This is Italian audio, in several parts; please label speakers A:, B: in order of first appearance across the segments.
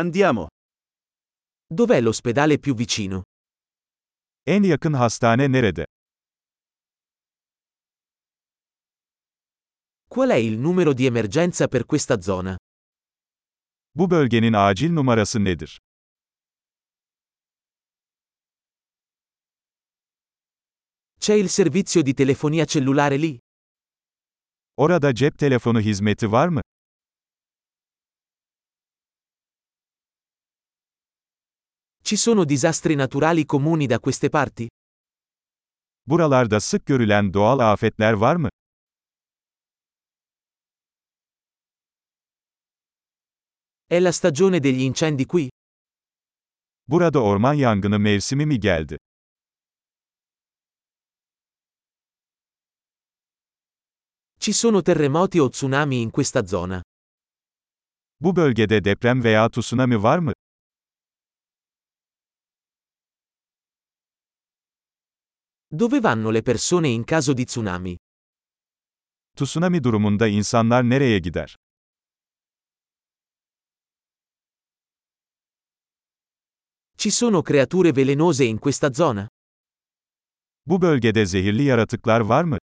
A: Andiamo. Dov'è l'ospedale più vicino?
B: En yakın hastane nerede?
A: Qual è il numero di emergenza per questa zona?
B: Bu bölgenin acil numarası nedir?
A: C'è il servizio di telefonia cellulare lì?
B: Orada cep telefonu hizmeti var mı?
A: Ci sono disastri naturali comuni da queste parti?
B: Buralarda sık görülen doğal afetler var mı?
A: È la stagione degli incendi qui?
B: Burada orman yangını mevsimi mi geldi?
A: Ci sono terremoti o tsunami in questa zona?
B: Bu bölgede deprem veya tsunami var mı?
A: Dove vanno le persone in caso di tsunami?
B: Tsunami durumunda insanlar nereye gider?
A: Ci sono creature velenose in questa zona?
B: Bu bölgede zehirli yaratıklar var mı?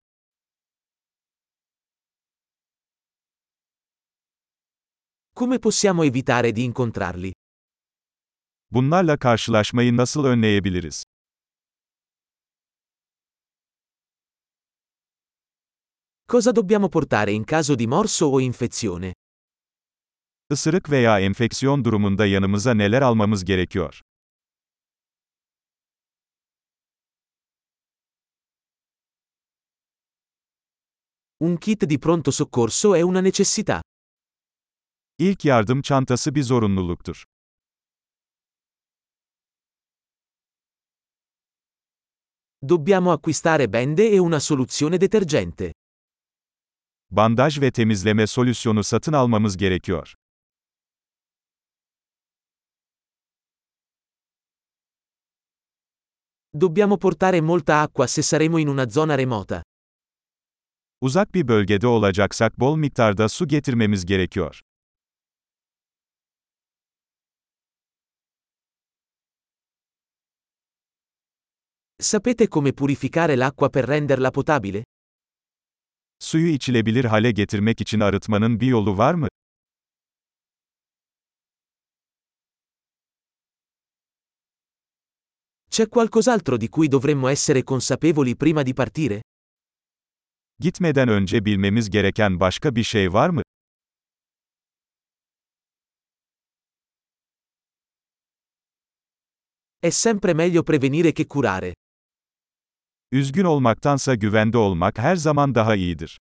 A: Come possiamo evitare di incontrarli?
B: Bunlarla karşılaşmayı nasıl önleyebiliriz?
A: Cosa dobbiamo portare in caso di morso o infezione?
B: Isırık veya enfeksiyon durumunda yanımıza neler almamız gerekiyor?
A: Un kit di pronto soccorso è una necessità.
B: İlk yardım çantası bir zorunluluktur.
A: Dobbiamo acquistare bende e una soluzione detergente.
B: Bandaj ve temizleme solüsyonu satın almamız gerekiyor.
A: Dobbiamo portare molta acqua se saremo in una zona remota.
B: Uzak bir bölgede olacaksak bol miktarda su getirmemiz gerekiyor.
A: Sapete come purificare l'acqua per renderla potabile?
B: Suyu içilebilir hale getirmek için arıtmanın bir yolu var mı?
A: C'è qualcos'altro di cui dovremmo essere consapevoli prima di partire?
B: Gitmeden önce bilmemiz gereken başka bir şey var mı?
A: È sempre meglio prevenire che curare.
B: Üzgün olmaktansa güvende olmak her zaman daha iyidir.